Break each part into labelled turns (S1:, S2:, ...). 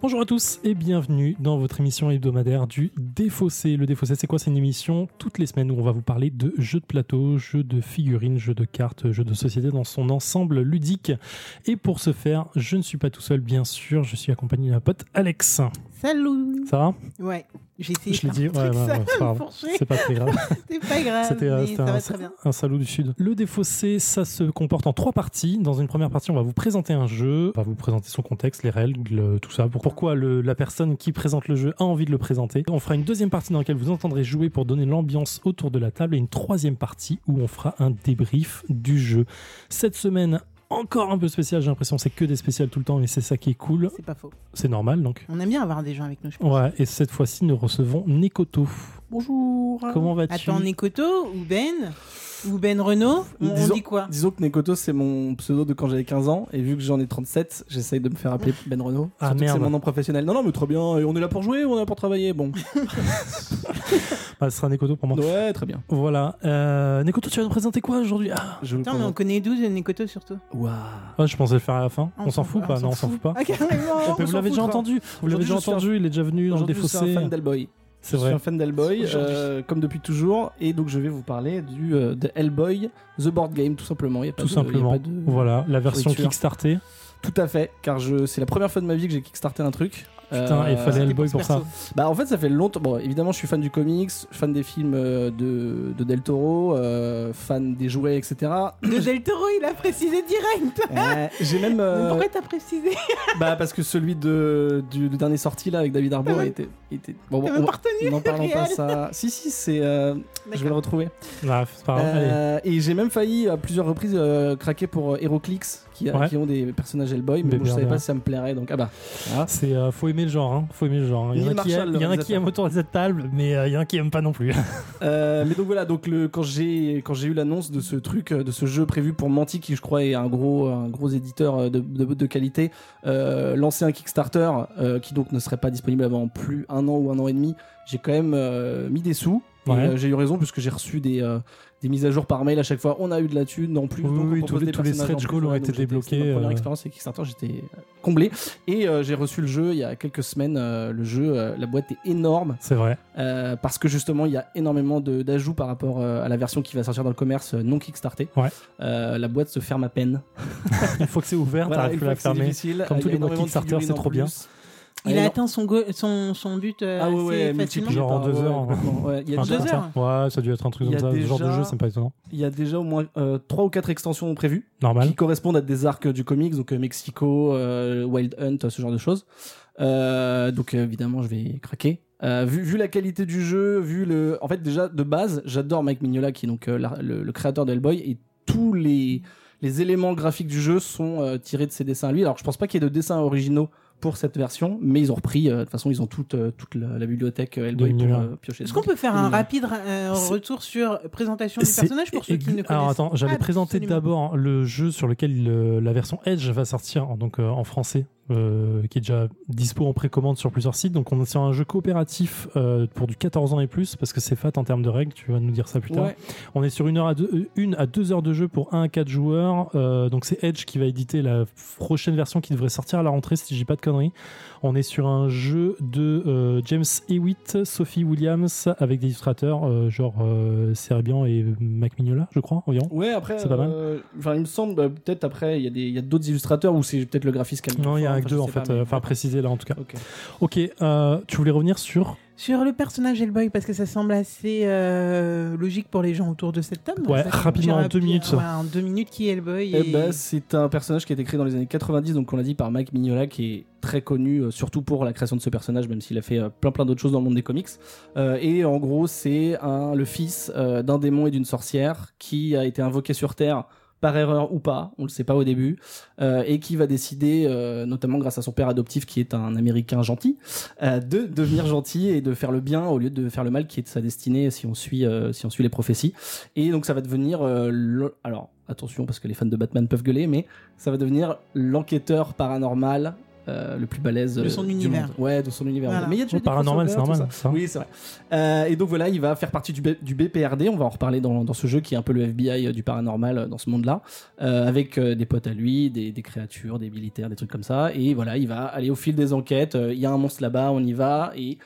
S1: Bonjour à tous et bienvenue dans votre émission hebdomadaire du Défaussé. Le Défaussé, c'est quoi C'est une émission toutes les semaines où on va vous parler de jeux de plateau, jeux de figurines, jeux de cartes, jeux de société dans son ensemble ludique. Et pour ce faire, je ne suis pas tout seul, bien sûr, je suis accompagné d'un pote Alex.
S2: Salut
S1: Ça va
S2: Ouais, j'ai essayé.
S1: Je l'ai
S2: de
S1: dit,
S2: faire un
S1: ouais, ouais, ouais,
S2: truc, ça
S1: c'est
S2: me
S1: pas grave.
S2: fourchait.
S1: c'est pas très grave.
S2: C'est pas grave,
S1: C'était, euh,
S2: mais
S1: c'était
S2: ça
S1: un-
S2: va très bien.
S1: un salaud du Sud. Le défaussé, ça se comporte en trois parties. Dans une première partie, on va vous présenter un jeu, on va vous présenter son contexte, les règles, le- tout ça, pour- pourquoi le- la personne qui présente le jeu a envie de le présenter. On fera une deuxième partie dans laquelle vous entendrez jouer pour donner l'ambiance autour de la table et une troisième partie où on fera un débrief du jeu. Cette semaine, encore un peu spécial, j'ai l'impression que c'est que des spéciales tout le temps, mais c'est ça qui est cool.
S2: C'est pas faux.
S1: C'est normal donc.
S2: On aime bien avoir des gens avec nous, je pense.
S1: Ouais, et cette fois-ci, nous recevons Nekoto.
S3: Bonjour.
S1: Comment vas-tu
S2: Attends, Nekoto ou Ben Ou Ben Renault on, on
S3: Disons-
S2: dit quoi
S3: Disons que Nekoto, c'est mon pseudo de quand j'avais 15 ans, et vu que j'en ai 37, j'essaye de me faire appeler Ben Renault.
S1: Ah,
S3: Surtout que
S1: merde.
S3: C'est mon nom professionnel. Non, non, mais très bien, et on est là pour jouer ou on est là pour travailler Bon,
S1: Ah, ce sera Nekoto pour moi.
S3: ouais, très bien.
S1: Voilà. Euh, Nekoto, tu vas nous présenter quoi aujourd'hui Ah,
S3: Je vous
S2: Attends, mais on
S3: présente-
S2: connaît 12 de Nekoto surtout.
S3: Waouh.
S1: ah, je pensais le faire à la fin.
S2: Ah,
S1: On s'en fout
S2: ah,
S1: pas Non, on s'en fout pas.
S2: Ah, carrément
S1: Mais vous l'avez déjà
S3: foutra.
S1: entendu. Vous l'avez
S3: Aujourd'hui,
S1: déjà
S3: je suis un-
S1: entendu. Il est déjà venu dans le
S3: Aujourd'hui, je suis
S1: défaussé.
S3: un fan d'Hellboy.
S1: C'est
S3: Je
S1: vrai.
S3: suis un fan d'Hellboy,
S1: Aujourd'hui.
S3: euh, comme depuis toujours, et donc je vais vous parler du, euh, de Hellboy, The Board Game, tout simplement. Il y a pas
S1: Tout
S3: de- il y a
S1: simplement.
S3: pas de-
S1: Voilà, la version
S3: Pourriture.
S1: Kickstarter.
S3: Tout à fait, car je... c'est la première fois de ma vie que j'ai kickstarté un truc.
S1: Putain, il fallait
S3: Euh,
S1: Hellboy pour ça.
S3: Bah en fait ça fait longtemps. Bon évidemment je suis fan du comics, fan des films euh, de, de Del Toro, euh, fan des jouets etc.
S2: De Del Toro, il a précisé direct
S3: Euh, J'ai même
S2: Mais
S3: euh,
S2: Pourquoi t'as précisé
S3: bah parce que celui de du, du dernier sorti là avec David Harbour
S2: Ouais.
S3: était était bon bon
S2: T'as
S3: on
S2: même pas
S3: va-
S2: retenu
S3: n'en parlons pas
S2: réel.
S3: ça. Si si c'est euh, je vais le retrouver.
S1: Ah, c'est pas grave. Allez.
S3: Euh, et j'ai même failli à plusieurs reprises euh, craquer pour euh, Heroclix qui, a-
S1: Ouais.
S3: qui ont des personnages Hellboy mais
S1: Des
S3: bon, je savais
S1: merdes, hein.
S3: pas si ça me plairait donc ah bah voilà.
S1: C'est euh, faut aimer le genre, hein. faut aimer le genre. hein. Il y en
S3: Neil
S1: a qui,
S3: Marshall,
S1: il y en a qui
S3: réalisateur.
S1: aiment autour de cette table, mais euh, il y en a qui aiment pas non plus.
S3: Euh, mais donc voilà, donc le, quand j'ai quand j'ai eu l'annonce de ce truc, euh, de ce jeu prévu pour Manti, qui je crois est un gros un gros éditeur euh, de, de, de qualité, euh, lancer un Kickstarter euh, qui donc ne serait pas disponible avant plus un an ou un an et demi, j'ai quand même euh, mis des sous. Et,
S1: Ouais.
S3: euh, j'ai eu raison puisque j'ai reçu des euh, des mises à jour par mail à chaque fois. On a eu de la thune, non plus.
S1: Oui,
S3: donc on
S1: oui,
S3: propose
S1: tous les-
S3: des
S1: tous les
S3: personnages en
S1: stretch
S3: plus.
S1: goals ont
S3: Ouais,
S1: été
S3: donc j'étais-
S1: débloqués,
S3: c'était Ma première
S1: euh.
S3: expérience avec Kickstarter, j'étais euh, comblé. Et euh, j'ai reçu le jeu il y a quelques semaines. euh, le jeu, euh, la boîte est énorme.
S1: C'est vrai.
S3: Euh, parce que justement il y a énormément de- d'ajouts par rapport euh, à la version qui va sortir dans le commerce euh, non Kickstarter.
S1: Ouais.
S3: Euh, la boîte se ferme à peine.
S1: Une fois que c'est ouvert, t'arrives plus
S3: il faut
S1: à la
S3: que c'est
S1: fermer.
S3: difficile.
S1: Comme
S3: Il y
S1: tous
S3: a
S1: les mois
S3: énormément de
S1: Kickstarter,
S3: figurines
S1: c'est
S3: en
S1: trop bien.
S3: plus.
S2: Il a
S3: Ah,
S2: atteint son, go- son, son but euh,
S3: Ah ouais, ouais,
S2: assez facilement.
S3: multiplié
S1: Genre en
S3: par-
S1: deux
S3: ouais,
S1: heures.
S3: complètement. Ouais, Il y a
S1: Enfin,
S3: déjà-
S2: deux
S1: ça. Ouais, ça a dû être un truc
S3: Il y
S1: comme
S3: a
S1: ça. Ce genre de
S3: déjà-
S1: jeu, c'est pas étonnant.
S3: il y a déjà au moins 3 ou 4 extensions prévues
S1: Normal.
S3: qui correspondent à des arcs du comics, donc euh, Mexico, euh, Wild Hunt, ce genre de choses. Euh, donc euh, évidemment, je vais craquer. Euh, vu, vu la qualité du jeu, vu le, en fait déjà de base, j'adore Mike Mignola qui est donc euh, la- le, le créateur de Hellboy et tous les les éléments graphiques du jeu sont euh, tirés de ses dessins à lui. Alors je pense pas qu'il y ait de dessins originaux pour cette version, mais ils ont repris. euh, de toute façon, ils ont toute euh, toute la, la bibliothèque euh, Hellboy pour
S1: l'univers.
S3: euh, piocher.
S2: Est-ce qu'on
S3: dedans.
S2: peut faire un
S3: Mmh.
S2: rapide euh,
S1: C'est-
S2: retour sur présentation du
S1: C'est
S2: personnage pour ceux qui
S1: ex-
S2: ne connaissent
S1: Alors attends, j'allais présenter
S2: absolument
S1: d'abord le jeu sur lequel le- la version Edge va sortir en- donc, euh, en français, euh, qui est déjà dispo en précommande sur plusieurs sites. Donc on est sur un jeu coopératif euh, pour du 14 ans et plus, parce que c'est fat en termes de règles, tu vas nous dire ça plus tard.
S3: Ouais.
S1: On est sur une, heure à deux, euh, une à deux heures de jeu pour 1 à 4 joueurs. Euh, donc c'est Edge qui va éditer la prochaine version qui devrait sortir à la rentrée si j'ai pas de conneries. On est sur un jeu de euh, James Hewitt, Sophie Williams avec des illustrateurs euh, genre euh, Serbian et Mac Mignola, je crois, environ.
S3: Ouais, après,
S1: C'est pas mal.
S3: euh, enfin, il me semble, bah, peut-être après, il y a des- il y a d'autres illustrateurs ou c'est peut-être le graphiste qui a mis
S1: Non,
S3: le
S1: il y a
S3: fort,
S1: un
S3: enfin,
S1: que
S3: je
S1: deux en
S3: sais
S1: fait,
S3: pas, mais-
S1: euh, enfin précisé là en tout cas.
S3: Ok.
S1: Ok, euh, tu voulais revenir sur
S2: Sur le personnage Hellboy, parce que ça semble assez euh, logique pour les gens autour de cette table.
S1: Ouais,
S2: Ça, ça
S1: rapidement,
S2: dira
S1: en deux
S2: bien-
S1: minutes.
S2: ouais, en deux minutes, qui est Hellboy
S3: Eh ben, c'est un personnage qui a été créé dans les années 90, donc on l'a dit par Mike Mignola, qui est très connu euh, surtout pour la création de ce personnage, même s'il a fait euh, plein plein d'autres choses dans le monde des comics. Euh, et en gros, c'est un- le fils euh, d'un démon et d'une sorcière qui a été invoqué sur Terre par erreur ou pas, on le sait pas au début, euh, et qui va décider, euh, notamment grâce à son père adoptif qui est un Américain gentil, euh, de devenir gentil et de faire le bien au lieu de faire le mal qui est de sa destinée si on suit euh, si on suit les prophéties. Et donc ça va devenir... euh, le- Alors attention parce que les fans de Batman peuvent gueuler, mais ça va devenir l'enquêteur paranormal euh, le plus balèze
S2: De
S3: euh,
S2: son
S3: du
S2: univers.
S3: monde. Ouais, de son univers.
S2: Voilà.
S3: Mais il y a déjà
S1: Oh,
S3: des
S1: paranormal, c'est
S3: crossovers,
S1: normal. hein.
S3: tout
S1: Ça.
S3: Oui, c'est vrai. Euh, et donc voilà, il va faire partie du, B- du BPRD. On va en reparler dans, dans ce jeu qui est un peu le FBI euh, du paranormal euh, dans ce monde-là, euh, avec euh, des potes à lui, des, des créatures, des militaires, des trucs comme ça. Et voilà, il va aller au fil des enquêtes. Euh, Il y a un monstre là-bas, on y va. Et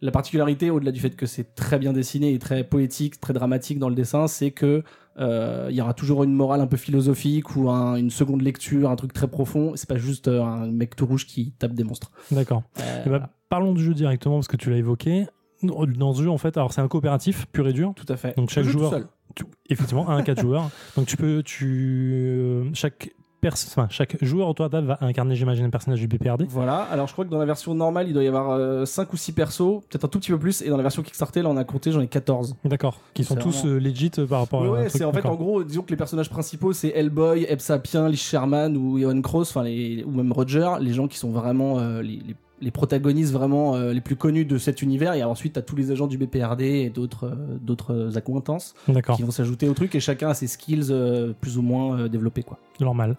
S3: la particularité, au-delà du fait que c'est très bien dessiné et très poétique, très dramatique dans le dessin, c'est que euh, il y aura toujours une morale un peu philosophique ou un- une seconde lecture, un truc très profond. C'est pas juste euh, un mec tout rouge qui tape des monstres.
S1: D'accord.
S3: Euh,
S1: Eh ben, parlons du jeu directement parce que tu l'as évoqué. Dans ce jeu, en fait, alors c'est un coopératif pur et dur.
S3: tout à fait.
S1: Donc chaque
S3: Je joue tout
S1: joueur,
S3: seul.
S1: tu- effectivement, un à quatre joueurs. Donc tu peux, tu euh, chaque personne, enfin, chaque joueur autour de la table va incarner, j'imagine, un personnage du BPRD.
S3: Voilà, alors je crois que dans la version normale, il doit y avoir 5 ou 6 persos, peut-être un tout petit peu plus, et dans la version Kickstarter, là on a compté, j'en ai 14.
S1: D'accord. Qui sont
S3: C'est
S1: tous
S3: vraiment-
S1: euh, legit euh, par rapport
S3: Ouais,
S1: à. un
S3: ouais,
S1: truc.
S3: c'est en fait
S1: D'accord.
S3: en gros, disons que les personnages principaux c'est Hellboy, Eb Sapien, Lee Sherman ou Ewan Cross, enfin les, ou même Roger, les gens qui sont vraiment euh, les, les- les protagonistes vraiment euh, les plus connus de cet univers, et ensuite t'as tous les agents du BPRD et d'autres euh, d'autres accointances
S1: D'accord.
S3: qui vont s'ajouter au truc, et chacun a ses skills euh, plus ou moins euh, développés quoi.
S1: Normal.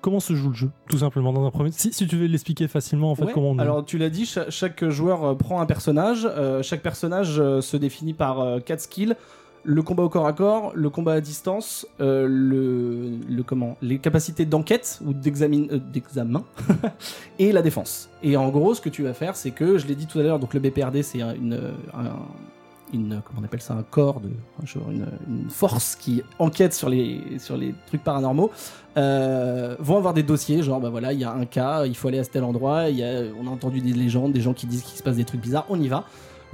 S1: Comment se joue le jeu Tout simplement dans un premier. Si, si tu veux l'expliquer facilement, en fait,
S3: Ouais,
S1: comment on.
S3: Alors tu l'as dit, cha- chaque, joueur euh, prend un personnage. euh, chaque personnage euh, se définit par euh, quatre skills le combat au corps à corps, le combat à distance, euh, le, le comment, les capacités d'enquête ou d'examin, euh, d'examen et la défense. Et en gros, ce que tu vas faire, c'est que je l'ai dit tout à l'heure. Donc le BPRD, c'est un- une, un- une comment on appelle ça, un corps de, un genre, une, une force qui enquête sur les sur les trucs paranormaux euh, vont avoir des dossiers, genre bah voilà, il y a un cas, il faut aller à tel endroit, il y a, on a entendu des légendes, des gens qui disent qu'il se passe des trucs bizarres, on y va.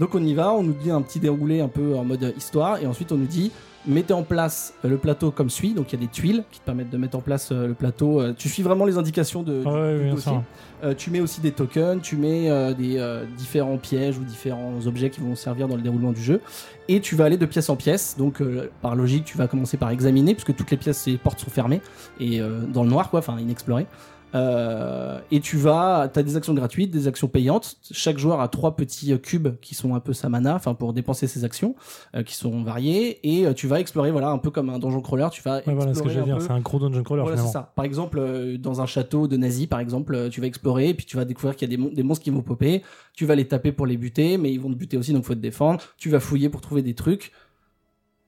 S3: Donc on y va, on nous dit un petit déroulé un peu en mode histoire, et ensuite on nous dit mettez en place euh, le plateau comme suit, donc il y a des tuiles qui te permettent de mettre en place euh, le plateau, Euh, tu suis vraiment les indications de, du-
S1: Ah ouais,
S3: du
S1: bien
S3: dossier.
S1: sûr.
S3: Euh, tu mets aussi des tokens, tu mets euh, des euh, différents pièges ou différents objets qui vont servir dans le déroulement du jeu. Et tu vas aller de pièce en pièce. Donc, euh, par logique, tu vas commencer par examiner, puisque toutes les pièces, les portes sont fermées et euh, dans le noir, quoi, enfin inexplorées. Euh, et tu vas, t'as des actions gratuites, des actions payantes. Chaque joueur a trois petits euh, cubes qui sont un peu sa mana, enfin pour dépenser ses actions, euh, qui sont variées. Et euh, tu vas explorer, voilà, un peu comme un dungeon crawler. Tu vas
S1: Ouais, voilà ce que
S3: explorer
S1: j'allais
S3: un
S1: dire.
S3: peu
S1: C'est un gros dungeon crawler
S3: voilà, c'est
S1: finalement.
S3: ça. Par exemple, euh, dans un château de nazis, par exemple, euh, tu vas explorer et puis tu vas découvrir qu'il y a des, mon- des monstres qui vont popper. Tu vas les taper pour les buter, mais ils vont te buter aussi, donc faut te défendre. Tu vas fouiller pour trouver des trucs.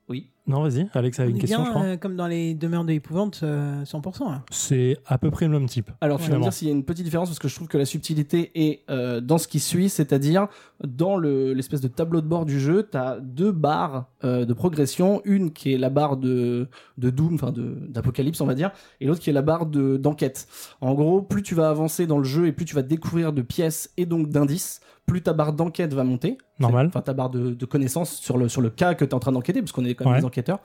S3: Oui.
S1: Non, vas-y, Alex
S2: On
S1: a
S2: est
S1: une question, je
S2: bien
S1: crois.
S3: hein.
S2: euh, comme dans les demeures de l'épouvante, euh, 100%. Là.
S1: C'est à peu près le même type.
S3: Alors, tu vas me
S1: Finalement.
S3: dire s'il y a une petite différence parce que je trouve que la subtilité est euh, dans ce qui suit, c'est-à-dire dans le- l'espèce de tableau de bord du jeu, t'as deux barres euh, de progression, une qui est la barre de, de Doom, enfin de- d'Apocalypse, on va dire, et l'autre qui est la barre de- d'enquête. en gros, plus tu vas avancer dans le jeu et plus tu vas découvrir de pièces et donc d'indices, plus ta barre d'enquête va monter.
S1: Normal.
S3: Enfin, ta barre de, de connaissances sur le, sur le cas que tu es en train d'enquêter, parce qu'on est quand même
S1: Ouais.
S3: des enquêteurs.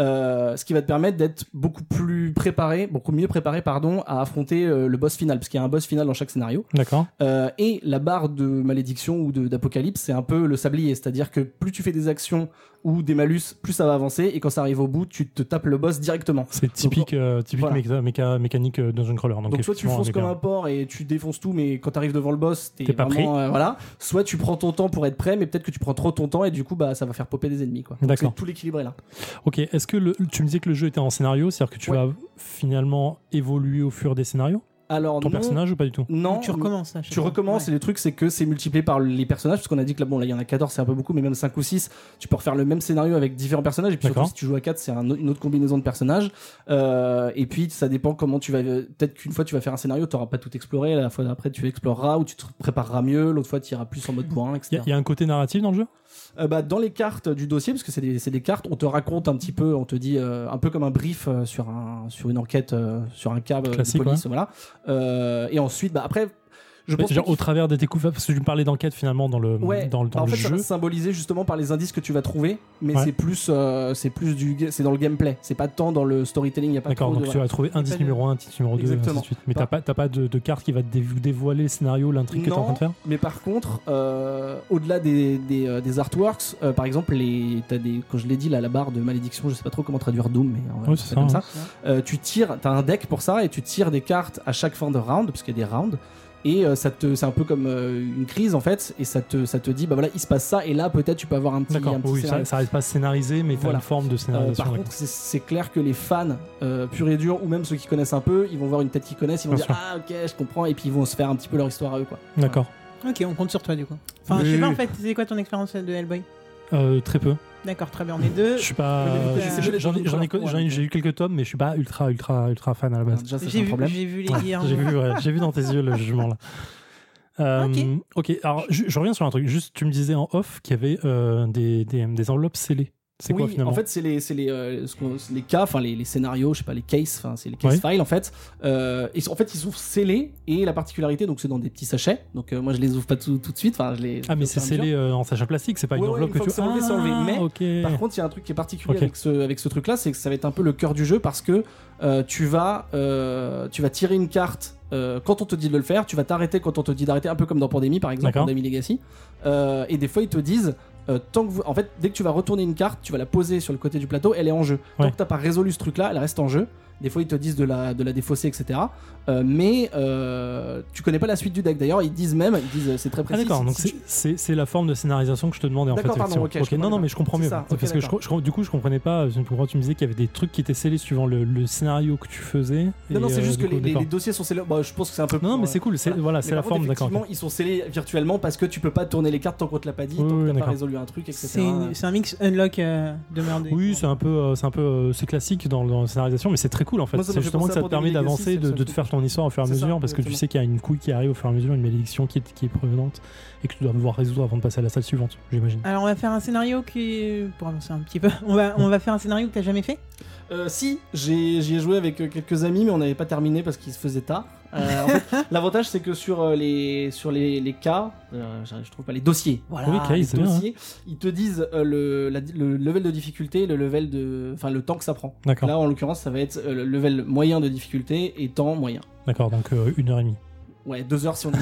S3: Euh, ce qui va te permettre d'être beaucoup plus préparé, beaucoup mieux préparé, pardon, à affronter euh, le boss final, parce qu'il y a un boss final dans chaque scénario.
S1: D'accord.
S3: Euh, et la barre de malédiction ou de- d'apocalypse, c'est un peu le sablier, c'est-à-dire que plus tu fais des actions ou des malus, plus ça va avancer, et quand ça arrive au bout, tu te tapes le boss directement.
S1: C'est typique, euh, typique
S3: voilà.
S1: méca- méca- mécanique euh, dungeon crawler. Donc,
S3: Donc, soit tu
S1: effectivement, on
S3: fonces
S1: est
S3: comme
S1: bien.
S3: un porc et tu défonces tout, mais quand t'arrives devant le boss, t'es
S1: T'es pas
S3: vraiment, euh, voilà. Soit tu prends ton temps pour être prêt, mais peut-être que tu prends trop ton temps et du coup, bah, ça va faire popper des ennemis, quoi. Donc,
S1: D'accord.
S3: c'est Tout l'équilibre est là.
S1: Ok, est-ce que le, tu me disais que le jeu était en scénario, c'est-à-dire que tu
S3: Ouais.
S1: vas finalement évoluer au fur des scénarios
S3: Alors,
S1: Ton
S3: non,
S1: personnage ou pas du tout
S3: Non.
S2: Donc tu recommences. Là,
S3: Tu recommences et le truc c'est que c'est multiplié par les personnages parce qu'on a dit que là bon là il y en a 14 c'est un peu beaucoup mais même 5 ou 6 tu peux refaire le même scénario avec différents personnages et puis surtout
S1: D'accord.
S3: si tu joues à 4 c'est un au- une autre combinaison de personnages Euh, et puis ça dépend comment tu vas peut-être qu'une fois tu vas faire un scénario t'auras pas tout exploré la fois d'après tu exploreras ou tu te prépareras mieux l'autre fois tu iras plus en mode bourrin
S1: Il
S3: etc.
S1: y, a un côté narratif dans le jeu
S3: Euh, bah, dans les cartes du dossier, parce que c'est des, c'est des cartes, on te raconte un petit peu, on te dit euh, un peu comme un brief euh, sur, un, sur une enquête, euh, sur un cas euh, de
S1: Classique,
S3: police, voilà. Euh, et ensuite, bah, après, je pense
S1: Genre
S3: pas
S1: au
S3: qu'il-
S1: travers des découvertes, parce que tu me parlais d'enquête finalement dans le,
S3: Ouais,
S1: dans le,
S3: bah,
S1: dans
S3: en
S1: le
S3: fait, ça
S1: jeu.
S3: va se symboliser justement par les indices que tu vas trouver, mais
S1: Ouais.
S3: c'est plus, euh, c'est plus du, ga- c'est dans le gameplay, c'est pas tant dans le storytelling, y a pas
S1: D'accord,
S3: trop
S1: donc
S3: de-
S1: tu vas trouver indice
S2: pas de-
S1: numéro 1, indice numéro 2, et ainsi de
S3: Exactement.
S1: suite. Mais t'as pas, t'as pas de, de carte qui va te dé- dévoiler le scénario, l'intrigue que t'es en train de faire
S3: Mais par contre, euh, au-delà des, des, euh, des artworks, euh, par exemple, les, as des, quand je l'ai dit là, la barre de malédiction, je sais pas trop comment traduire Doom, mais on va
S1: Ouais,
S3: faire
S1: c'est
S3: comme
S1: ça,
S3: ça. Euh, tu tires, t'as un deck pour ça et tu tires des cartes à chaque fin de round, parce qu'il y a des rounds. et euh, ça te c'est un peu comme euh, une crise en fait et ça te ça te dit bah voilà il se passe ça et là peut-être tu peux avoir un petit,
S1: D'accord,
S3: un petit
S1: oui, ça,
S3: scénario.
S1: ça reste pas scénarisé, mais t'as
S3: Voilà.
S1: une forme de
S3: Euh,
S1: scénarisation.
S3: par
S1: d'accord.
S3: contre, c'est- c'est clair que les fans euh, purs et durs, ou même ceux qui connaissent un peu, ils vont voir une tête qu'ils connaissent, ils vont
S1: Bien
S3: dire Ah, ok, je comprends, et puis ils vont se faire un petit peu leur histoire à eux. quoi.
S1: D'accord.
S2: Ok, on compte sur toi du coup. Enfin, je sais
S1: Oui.
S2: pas en fait, c'est quoi ton expérience de Hellboy
S1: Euh, très peu.
S2: D'accord, très bien, on est deux.
S1: Je suis pas. je-
S2: Euh, c'est
S1: j'en ai- j'en ai-
S3: Jonathan
S1: j'en ai-
S3: Cohen,
S1: j'en ai- J'ai eu quelques tomes, mais je suis pas ultra, ultra, ultra fan à la base.
S3: Déjà, ça, c'est
S2: J'ai
S3: un
S2: vu,
S3: problème.
S2: j'ai vu les guerres.
S1: J'ai vu, ouais, j'ai vu dans tes yeux le jugement là. Euh,
S2: Ok.
S1: ok, alors je, je reviens sur un truc. Juste, tu me disais en off qu'il y avait euh, des, des, des enveloppes scellées. C'est quoi
S3: Oui,
S1: finalement
S3: En fait, c'est les, c'est les, euh, ce qu'on- c'est les cas, enfin les, les scénarios, je sais pas, les cases, enfin c'est les case files en fait. Euh, ils sont, en fait, ils sont scellés et la particularité, donc c'est dans des petits sachets. Donc euh, moi, je les ouvre pas tout, tout de suite. Enfin, je les. je les
S1: Ah, mais
S3: ouvre
S1: c'est
S3: au fur et à mesure.
S1: scellé euh, en sachet plastique, c'est pas
S3: Ouais,
S1: une
S3: ouais,
S1: enveloppe
S3: une
S1: que
S3: fois
S1: tu Ah.
S3: que c'est enlevé, c'est enlevé. Mais,
S1: ok.
S3: Par contre, il y a un truc qui est particulier
S1: Hmm. Ok.
S3: avec ce, avec ce truc-là, c'est que ça va être un peu le cœur du jeu parce que euh, tu, vas, euh, tu vas tirer une carte euh, quand on te dit de le faire, tu vas t'arrêter quand on te dit d'arrêter, un peu comme dans Pandémie par exemple,
S1: D'accord.
S3: Pandémie Legacy. Euh, et des fois, ils te disent. euh, tant que vous- En fait, dès que tu vas retourner une carte, tu vas la poser sur le côté du plateau, elle est en jeu.
S1: Ouais.
S3: Tant que t'as pas résolu ce truc-là, elle reste en jeu. Des fois, ils te disent de la, de la défausser, etc. Euh, mais euh, tu connais pas la suite du deck. D'ailleurs, ils disent même, ils disent, euh, c'est très
S1: Ah
S3: précis.
S1: d'accord,
S3: si-
S1: donc
S3: si
S1: c'est-
S3: tu-
S1: c'est c'est la forme de scénarisation que je te demandais en fait.
S3: D'accord, pardon,
S1: effectivement.
S3: ok, je comprends
S1: non, non,
S3: mieux.
S1: mais je comprends
S3: C'est
S1: mieux.
S3: ça, ok,
S1: parce que je,
S3: d'accord.
S1: je- du coup, je comprenais pas. je- Pourquoi tu me disais qu'il y avait des trucs qui étaient scellés suivant le, le scénario que tu faisais
S3: Non,
S1: et,
S3: non,
S1: euh,
S3: c'est juste
S1: du
S3: que
S1: coup,
S3: les, les-
S1: d'accord.
S3: les dossiers sont scellés. Bah, je pense que c'est un peu.
S1: Non, non, mais
S3: pour, euh,
S1: c'est cool, c'est voilà, Ah, c'est
S3: Mais
S1: la
S3: par contre,
S1: forme, d'accord.
S3: effectivement, ils sont scellés virtuellement parce que tu peux pas tourner les cartes tant qu'on te l'a pas dit,
S1: Oui,
S3: tant
S1: oui,
S3: que t'as pas
S1: d'accord.
S3: résolu un truc, etc.
S2: C'est une- c'est un mix unlock euh, de merde.
S1: Oui, c'est un peu, euh, c'est un peu, euh, c'est classique dans, dans la scénarisation, mais c'est très cool en fait.
S3: Moi, ça m'a
S1: C'est
S3: fait
S1: justement
S3: penser
S1: que ça
S3: à
S1: te
S3: Pandemic
S1: permet
S3: Legacy,
S1: d'avancer,
S3: c'est
S1: de,
S3: le
S1: de te
S3: truc.
S1: faire ton histoire au fur et à
S3: C'est ça,
S1: mesure, parce que tu
S3: exactement.
S1: sais qu'il y a une couille qui arrive au fur et à mesure, une malédiction qui est, qui est prévenante, et que tu dois pouvoir résoudre avant de passer à la salle suivante, j'imagine.
S3: Ah,
S2: Alors on va faire un scénario qui pour avancer un petit peu. On va on va faire un scénario que t'as jamais fait.
S3: Euh, si, j'ai- j'y ai, joué avec euh, quelques amis, mais on n'avait pas terminé parce qu'il se faisait tard. Euh, en fait, L'avantage, c'est que sur euh, les sur les, les cas, euh, j'arrive- je trouve pas les dossiers. Voilà,
S1: Oui, Kay,
S3: les
S1: c'est bien,
S3: dossiers, ils te disent euh, le, la- le level de difficulté, le level de, enfin le temps que ça prend.
S1: D'accord,
S3: Là, en l'occurrence, ça va être euh, le level moyen de difficulté et temps moyen.
S1: d'accord, donc euh, une heure et demie.
S3: Ouais, deux heures si on est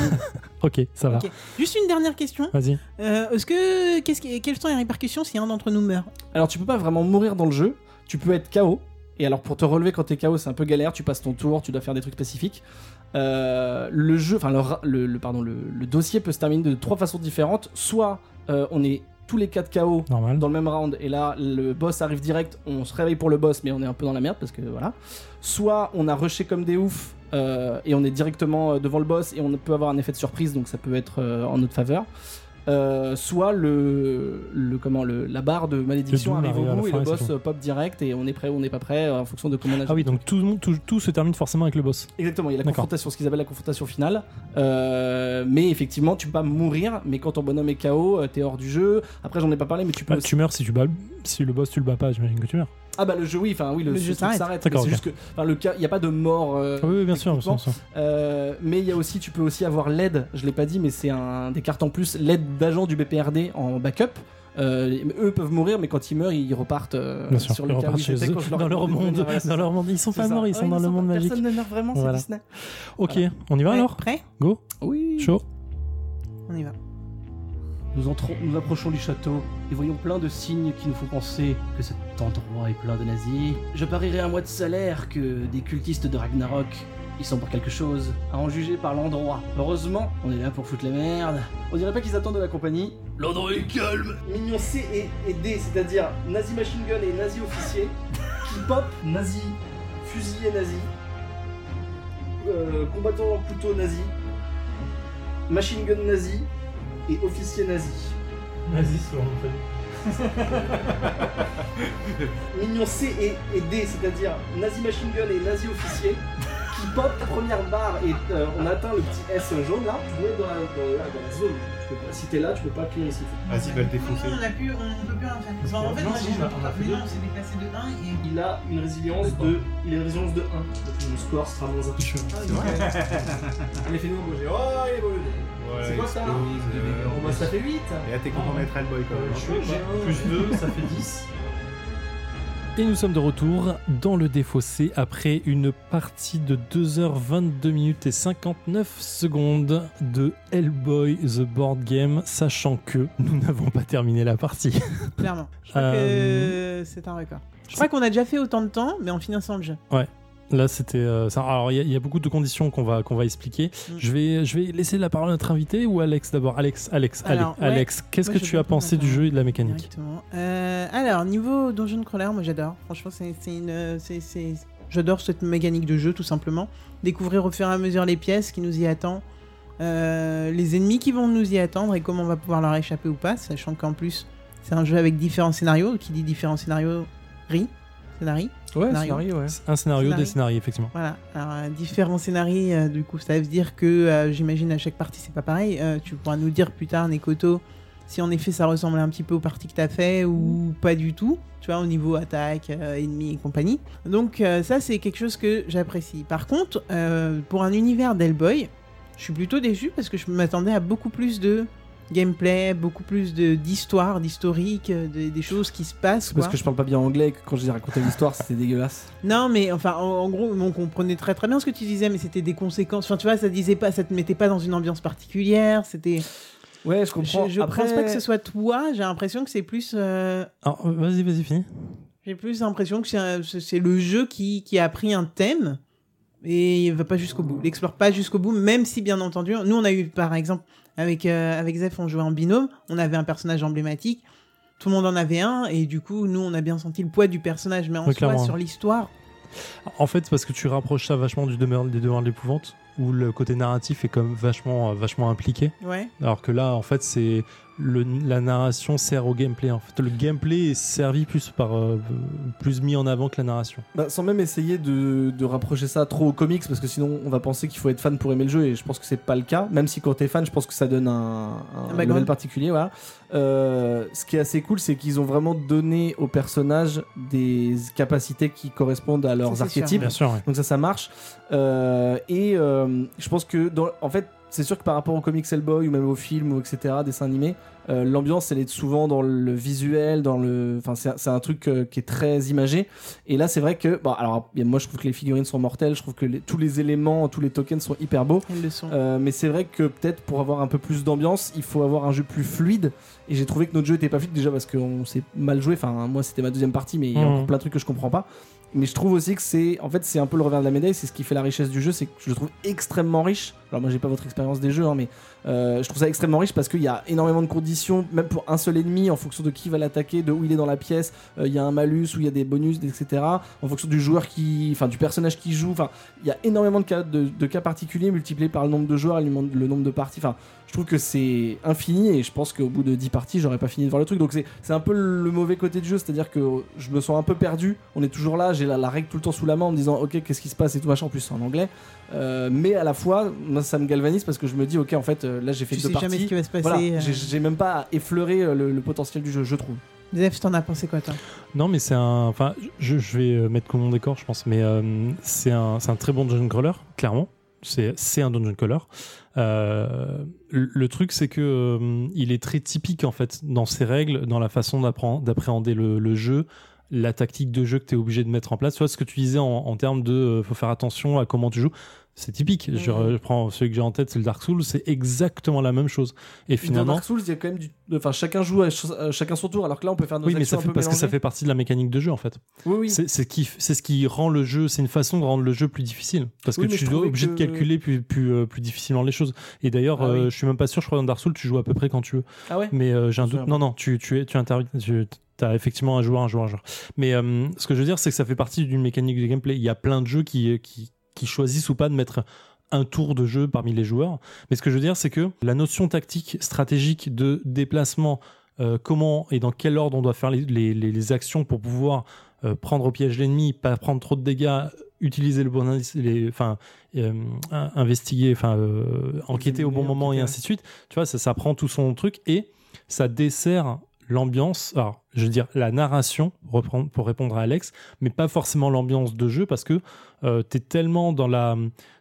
S1: Ok, ça va.
S2: Ok. Juste une dernière question.
S1: Vas-y.
S2: Euh, Est-ce que qu'est-ce qui- quelles sont les répercussions si un d'entre nous meurt
S3: Alors tu peux pas vraiment mourir dans le jeu, tu peux être KO. Et alors pour te relever quand t'es KO, c'est un peu galère, tu passes ton tour, tu dois faire des trucs spécifiques. Euh, le jeu, enfin le, ra- le, le- pardon, le, le dossier peut se terminer de trois façons différentes. Soit euh, on est tous les quatre KO
S1: Normal.
S3: dans le même round et là le boss arrive direct, on se réveille pour le boss mais on est un peu dans la merde parce que voilà. Soit on a rushé comme des oufs euh, et on est directement euh, devant le boss et on peut avoir un effet de surprise donc ça peut être euh, en notre faveur. Euh, soit le, le comment le, la barre de malédiction
S1: Le doom
S3: arrive
S1: arrive à
S3: au
S1: la
S3: bout et
S1: fin
S3: le
S1: et c'est
S3: boss
S1: tout.
S3: euh, pop direct et on est prêt ou on n'est pas prêt euh, en fonction de comment on a
S1: Ah oui, donc tout, le monde- tout, tout se termine forcément avec le boss.
S3: Exactement, il y a la
S1: D'accord.
S3: confrontation, ce qu'ils appellent la confrontation finale. Euh, mais effectivement, tu peux pas mourir, mais quand ton bonhomme est KO, euh, t'es hors du jeu. Après, j'en ai pas parlé, mais tu peux
S1: Bah, tu meurs si tu bats, si le boss tu le bats pas, j'imagine que tu meurs.
S3: Ah bah le jeu oui, enfin oui le,
S2: Le
S3: ce
S2: jeu
S3: truc
S2: s'arrête.
S3: s'arrête.
S1: D'accord,
S3: mais
S1: ok.
S3: C'est juste que enfin, le cas, il y a pas de mort. euh,
S1: Ah oui, oui, bien sûr, bien sûr, bien
S3: techniquement,
S1: sûr.
S3: euh, mais il y a aussi, tu peux aussi avoir l'aide. Je l'ai pas dit, mais c'est un des cartes en plus, l'aide d'agents du BPRD en backup. Euh, eux peuvent mourir, mais quand ils meurent, ils repartent euh,
S1: Bien sûr,
S3: sur
S1: ils
S3: le cas où
S1: repartent
S3: ils
S1: chez
S3: étaient
S1: eux,
S3: quand je
S1: dans leur
S3: ai demandé
S1: monde,
S3: de venir à la
S1: dans
S3: salle.
S1: leur monde. Ils sont
S3: C'est
S1: pas
S3: ça.
S1: morts, ils
S3: Ah
S1: sont
S3: oui,
S1: dans le
S3: sont
S1: monde
S3: pas-
S1: magique.
S3: Personne ne meurt vraiment, c'est
S1: Voilà.
S3: Disney.
S1: Ok,
S3: Voilà.
S1: on y va
S2: Ouais,
S1: Bah alors
S2: Prêt
S1: Go
S3: Oui.
S1: Chaud
S2: On y va.
S4: Nous, entrons, nous approchons du château et voyons plein de signes qui nous font penser que cet endroit est plein de nazis.
S5: Je parierais un mois de salaire que des cultistes de Ragnarok, ils sont pour quelque chose, à en juger par l'endroit. Heureusement, on est là pour foutre la merde.
S3: On dirait pas qu'ils attendent de la compagnie.
S5: L'endroit est calme
S3: Mignon C et, et D, c'est-à-dire nazi machine gun et nazi officier, qui pop nazi, fusillé nazi, euh, combattant en couteau nazi, machine gun nazi et officier nazi.
S1: Vas-y, fait.
S3: Mignon C et, et D, c'est-à-dire nazi machine gun et nazi officier, qui pop première barre et euh, on atteint le petit S jaune là, tu dois être dans la, dans la- dans la zone. Tu peux pas- si t'es là, tu peux pas clear ici.
S6: Vas-y, va le défoncer.
S2: a pu, on peut plus rien faire. Bah,
S6: Enfin, en fait, Non, moi, si, j'ai- on a- on a fait mais non, deux.
S2: on s'est déplacé de 1 et
S3: Il a une résilience de. Il a une résilience de 1. Donc mon score sera moins 1. Allez, fais-nous un beau jet. Oh, il est beau le dé. C'est quoi ça Bon, bah, ça fait 8.
S6: euh, Et là, t'es content d'être Hellboy quand
S3: Euh,
S6: même.
S3: Plus 2.
S1: Et nous sommes de retour dans le défaussé après une partie de 2h22 minutes et 59 secondes de Hellboy The Board Game, sachant que nous n'avons pas terminé la partie. Euh,
S2: Euh, Clairement. Je crois que c'est un record. Je crois qu'on a déjà fait autant de temps, mais en finançant le jeu.
S1: Là, c'était. euh, ça- alors, il y, a- il y a beaucoup de conditions qu'on va, qu'on va expliquer.
S2: Mm.
S1: Je, vais, je vais laisser la parole à notre invité ou Alex d'abord Alex, Alex, allez,
S2: Alors, ouais.
S1: Alex, qu'est-ce
S2: Moi,
S1: que
S2: je
S1: tu
S2: vais
S1: as pensé du
S2: prendre
S1: jeu et de la mécanique
S2: Directement. Euh, alors, niveau Dungeon Crawler, moi j'adore. Franchement, c'est c'est une. euh, c'est- c'est- J'adore cette mécanique de jeu, tout simplement. Découvrir au fur et à mesure les pièces qui nous y attend, euh, les ennemis qui vont nous y attendre et comment on va pouvoir leur échapper ou pas, sachant qu'en plus, c'est un jeu avec différents scénarios. Qui dit différents scénarios, rit. Scénarii.
S3: Ouais,
S2: Scénario.
S3: scénario, ouais.
S1: Un scénario,
S2: Scénario.
S1: des scénarios, effectivement.
S2: Voilà, alors euh, différents scénarios, euh, du coup, ça veut dire que euh, j'imagine à chaque partie c'est pas pareil. Euh, tu pourras nous dire plus tard, Nekoto, si en effet ça ressemble un petit peu aux parties que t'as fait ou pas du tout, tu vois, au niveau attaque, euh, ennemi et compagnie. Donc, euh, ça, c'est quelque chose que j'apprécie. Par contre, euh, pour un univers d'Hellboy, je suis plutôt déçu parce que je m'attendais à beaucoup plus de gameplay, beaucoup plus de- d'histoire, d'historique, euh, des- des choses qui se passent.
S3: C'est parce
S2: quoi.
S3: que je parle pas bien anglais et que quand j'ai raconté l'histoire, c'était dégueulasse.
S2: Non, mais enfin, en, en gros, on comprenait très très bien ce que tu disais, mais c'était des conséquences. Enfin, tu vois, ça disait pas, ça te mettait pas dans une ambiance particulière. C'était.
S3: Ouais, je comprends.
S2: Je, je
S3: Après,
S2: pense pas que ce soit toi. J'ai l'impression que c'est plus. euh,
S1: Alors, euh, vas-y, vas-y, fini.
S2: J'ai plus l'impression que c'est un- c'est c'est le jeu qui, qui a pris un thème et il va pas jusqu'au bout. Il explore pas jusqu'au bout, même si bien entendu, nous on a eu par exemple avec euh, avec Zeph, on jouait en binôme, on avait un personnage emblématique, tout le monde en avait un et du coup, nous on a bien senti le poids du personnage, mais en
S1: Oui,
S2: soi
S1: clairement.
S2: sur l'histoire.
S1: En fait, c'est parce que tu rapproches ça vachement du demeure, des demeures de l'épouvante, où le côté narratif est comme vachement, euh, vachement impliqué.
S2: Ouais.
S1: Alors que là, en fait, c'est le- la narration sert au gameplay. En fait, le gameplay est servi plus par, euh, plus mis en avant que la narration.
S3: Bah, sans même essayer de, de rapprocher ça trop aux comics, parce que sinon on va penser qu'il faut être fan pour aimer le jeu, et je pense que c'est pas le cas. Même si quand t'es fan, je pense que ça donne un, un,
S2: background.
S3: level particulier. Voilà. Euh, ce qui est assez cool, c'est qu'ils ont vraiment donné aux personnages des capacités qui correspondent à leurs
S2: c'est sûr.
S3: archétypes.
S1: Bien sûr, ouais.
S3: Donc ça, ça marche. Euh, et euh, je pense que, dans, en fait, c'est sûr que par rapport aux comics Hellboy ou même aux films ou etc., dessins animés, euh, l'ambiance elle est souvent dans le visuel, dans le, enfin c'est c'est un truc euh, qui est très imagé. Et là, c'est vrai que, bon, alors moi je trouve que les figurines sont mortelles, je trouve que les- tous les éléments, tous les tokens sont hyper beaux.
S2: Elles le sont.
S3: Euh, mais c'est vrai que peut-être pour avoir un peu plus d'ambiance, il faut avoir un jeu plus fluide. Et j'ai trouvé que notre jeu était pas fluide déjà parce qu'on s'est mal joué. Enfin, moi c'était ma deuxième partie, mais il y a
S1: Mhm.
S3: encore plein de trucs que je comprends pas. Mais je trouve aussi que c'est, en fait, c'est un peu le revers de la médaille. C'est ce qui fait la richesse du jeu, c'est que je le trouve extrêmement riche. Alors moi j'ai pas votre expérience des jeux, hein, mais euh, je trouve ça extrêmement riche parce qu'il y a énormément de conditions, même pour un seul ennemi, en fonction de qui va l'attaquer, de où il est dans la pièce. Euh, Il y a un malus ou il y a des bonus, etc. En fonction du joueur qui, enfin du personnage qui joue. Enfin, il y a énormément de cas, de, de cas particuliers multipliés par le nombre de joueurs et le nombre le nombre de parties. Enfin, je trouve que c'est infini et je pense qu'au bout de 10 parties, j'aurais pas fini de voir le truc. Donc, c'est c'est un peu le mauvais côté du jeu, c'est-à-dire que je me sens un peu perdu. On est toujours là, j'ai la, la règle tout le temps sous la main en me disant, ok, qu'est-ce qui se passe et tout machin, en plus c'est en anglais. Euh, mais à la fois, moi, ça me galvanise parce que je me dis, ok, en fait, euh, là j'ai fait
S2: tu
S3: deux
S2: sais jamais ce
S3: parties.
S2: qui va se passer.
S3: Voilà,
S2: euh,
S3: j'ai- j'ai même pas effleuré euh, le, le potentiel du jeu, je trouve.
S2: Zef, t'en as pensé quoi, toi
S1: Non, mais c'est un. Enfin, je, je vais euh, mettre comme mon décor, je pense, mais euh, c'est un, c'est un très bon dungeon crawler, clairement. C'est c'est un dungeon crawler. Euh, le, le truc, c'est que euh, il est très typique, en fait, dans ses règles, dans la façon d'appren- d'appréhender le, le jeu, la tactique de jeu que tu es obligé de mettre en place. Tu vois, ce que tu disais en, en termes de euh, faut faire attention à comment tu joues. C'est typique. Je,
S2: Mhm.
S1: je prends celui que j'ai en tête, c'est le Dark Souls. C'est exactement la même chose. Et
S3: Dans
S1: finalement,
S3: Dark Souls, il y a quand même du. Enfin, chacun joue à ch- à chacun son tour, alors que là on peut faire nos
S1: oui, mais ça
S3: actions un
S1: fait
S3: peu
S1: parce que ça
S3: mélangées.
S1: fait partie de la mécanique de jeu, en fait.
S3: Oui, oui.
S1: C'est c'est qui- c'est ce qui rend le jeu, c'est une façon de rendre le jeu plus difficile. Parce
S3: Oui,
S1: que
S3: mais
S1: tu
S3: je
S1: dois
S3: trouvais
S1: obligé
S3: que-
S1: de calculer plus, plus, euh, plus difficilement les choses. Et d'ailleurs,
S3: Ah oui.
S1: euh, je suis même pas sûr, je crois, dans Dark Souls, tu joues à peu près quand tu veux.
S3: Ah ouais
S1: Mais euh, j'ai un
S3: Je me
S1: doute. Non,
S3: souviens
S1: non, tu, tu, es- tu intervi- tu- T'as effectivement un joueur, un joueur, un joueur. Mais euh, ce que je veux dire, c'est que ça fait partie d'une mécanique de gameplay. Il y a plein de jeux qui, qui, qui choisissent ou pas de mettre un tour de jeu parmi les joueurs. Mais ce que je veux dire, c'est que la notion tactique, stratégique de déplacement, euh, comment et dans quel ordre on doit faire les, les- les- les actions pour pouvoir euh, prendre au piège l'ennemi, pas prendre trop de dégâts, utiliser le bon indice, les- enfin euh, in- investiguer, enfin euh, enquêter au bon
S3: Examiner,
S1: moment et
S3: enquêter,
S1: ainsi de suite. Tu vois, ça, ça prend tout son truc et ça dessert l'ambiance. Alors, je veux dire la narration reprendre- pour répondre à Alex, mais pas forcément l'ambiance de jeu parce que euh, t'es tellement dans la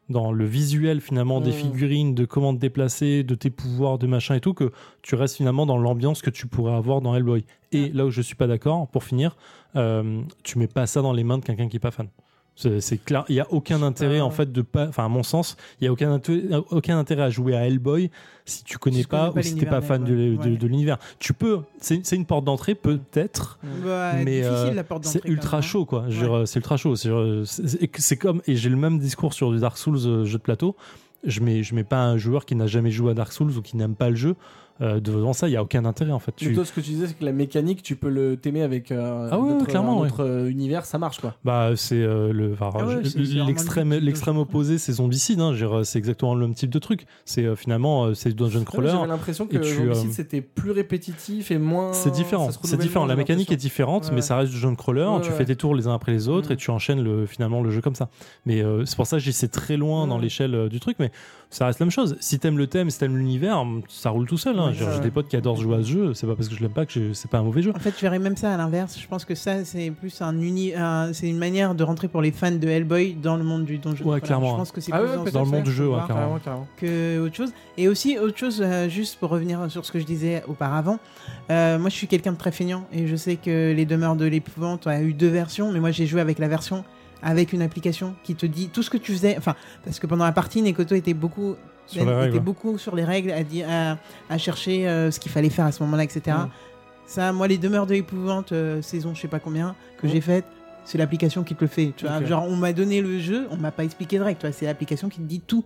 S1: dans le visuel finalement des
S3: Mm.
S1: figurines, de comment te déplacer, de tes pouvoirs, de machin et tout, que tu restes finalement dans l'ambiance que tu pourrais avoir dans Hellboy. Et là où je suis pas d'accord, pour finir, euh, tu mets pas ça dans les mains de quelqu'un qui est pas fan. C'est c'est clair, il n'y a aucun intérêt en fait de pas, enfin à mon sens, il n'y a aucun, inté- aucun intérêt à jouer à Hellboy si tu connais
S2: Si tu connais
S1: pas
S2: pas
S1: ou si t'es pas
S2: l'univers
S1: fan de,
S2: d'Hellboy,
S1: de-
S2: ouais.
S1: de l'univers. Tu peux, c'est c'est une porte d'entrée peut-être,
S2: Bah,
S1: Mais,
S2: difficile
S1: euh,
S2: la porte d'entrée.
S1: c'est ultra
S2: quand même, hein.
S1: chaud quoi. Je veux dire, euh, C'est ultra chaud. C'est- C'est c'est- c'est comme et j'ai le même discours sur du Dark Souls euh, jeu de plateau. Je mets je mets pas un joueur qui n'a jamais joué à Dark Souls ou qui n'aime pas le jeu euh, devant ça. Il y a aucun intérêt en fait.
S3: Mais
S1: Tu,
S3: toi, ce que tu disais, c'est que la mécanique, tu peux le t'aimer avec euh,
S1: Ah ouais,
S3: notre,
S1: clairement,
S3: un autre, euh, univers, ça marche quoi.
S1: bah c'est euh, le enfin,
S2: Ah ouais,
S1: je-
S2: c'est- c'est vraiment
S1: l'extrême
S2: le type de
S1: l'extrême
S2: jeu.
S1: opposé c'est zombicide. Hein, Je veux dire, c'est exactement le même type de truc. C'est euh, finalement euh, c'est du dungeon
S3: Ouais,
S1: crawler.
S3: Ah J'avais l'impression que
S1: et tu,
S3: Zombicide,
S1: euh,
S3: c'était plus répétitif et moins.
S1: C'est différent,
S3: ça se
S1: c'est
S3: renouvelle
S1: différent.
S3: moins,
S1: La
S3: j'ai
S1: mécanique est différente,
S3: Ouais,
S1: mais
S3: ouais.
S1: ça reste du jeu crawler.
S3: Ouais,
S1: tu
S3: ouais.
S1: fais tes tours les uns après les autres
S3: Mm.
S1: et tu enchaînes le, finalement le jeu comme ça. Mais euh, c'est pour ça que j'essaie très loin dans
S3: Mm.
S1: l'échelle euh, du truc, mais ça reste la même chose. Si t'aimes le thème, si t'aimes l'univers, ça roule tout seul. hein.
S3: Ouais,
S1: J'ai
S3: ouais.
S1: j'ai des potes qui adorent jouer à ce jeu. C'est pas parce que je l'aime pas que je- c'est pas un mauvais jeu.
S2: En fait, je verrais même ça à l'inverse. Je pense que ça, c'est plus un uni, un- c'est une manière de rentrer pour les fans de Hellboy dans le monde du donjon.
S1: Ouais, clairement,
S2: Je
S1: ouais.
S2: pense que c'est
S3: Ah
S2: plus
S3: ouais,
S2: dans,
S3: peut-être,
S1: Dans le monde
S2: sens-là
S1: du
S2: qu'il
S1: jeu, hein,
S2: faut
S1: ouais,
S2: voir
S1: carrément.
S3: Ah, carrément.
S2: que autre chose. Et aussi autre chose, euh, juste pour revenir sur ce que je disais auparavant. euh, moi, je suis quelqu'un de très feignant et je sais que les demeures de l'épouvante a eu deux versions, mais moi, j'ai joué avec la version avec une application qui te dit tout ce que tu faisais. Enfin, parce que pendant la partie, Nekoto était beaucoup
S1: Sur les règles.
S2: était beaucoup sur les règles, à, dire- à, à chercher euh, ce qu'il fallait faire à ce moment-là, etc.
S3: Mm.
S2: Ça, moi, les demeures de l'épouvante, euh, saison je sais pas combien, que
S3: Mm.
S2: j'ai faite, c'est l'application qui te le fait. Tu vois,
S3: Ok.
S2: genre, on m'a donné le jeu, on m'a pas expliqué de règles, tu vois, c'est l'application qui te dit tout.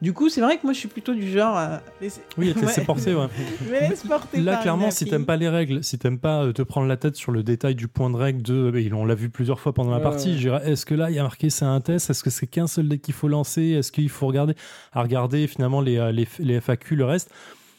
S2: Du coup, c'est vrai que moi, je suis plutôt du genre. euh, laisse-
S1: Oui, être laissé
S2: Ouais.
S1: porter, ouais.
S2: Mais laisse porter
S1: Là,
S2: par une
S1: clairement, si
S2: appli.
S1: t'aimes pas les règles, si t'aimes pas euh, te prendre la tête sur le détail du point de règle de, et on l'a vu plusieurs fois pendant la
S3: Ouais,
S1: partie,
S3: ouais.
S1: je dirais, est-ce que là il y a marqué c'est un test, est-ce que c'est qu'un seul deck qu'il faut lancer, est-ce qu'il faut regarder, à regarder finalement les, euh, les, les FAQ, le reste.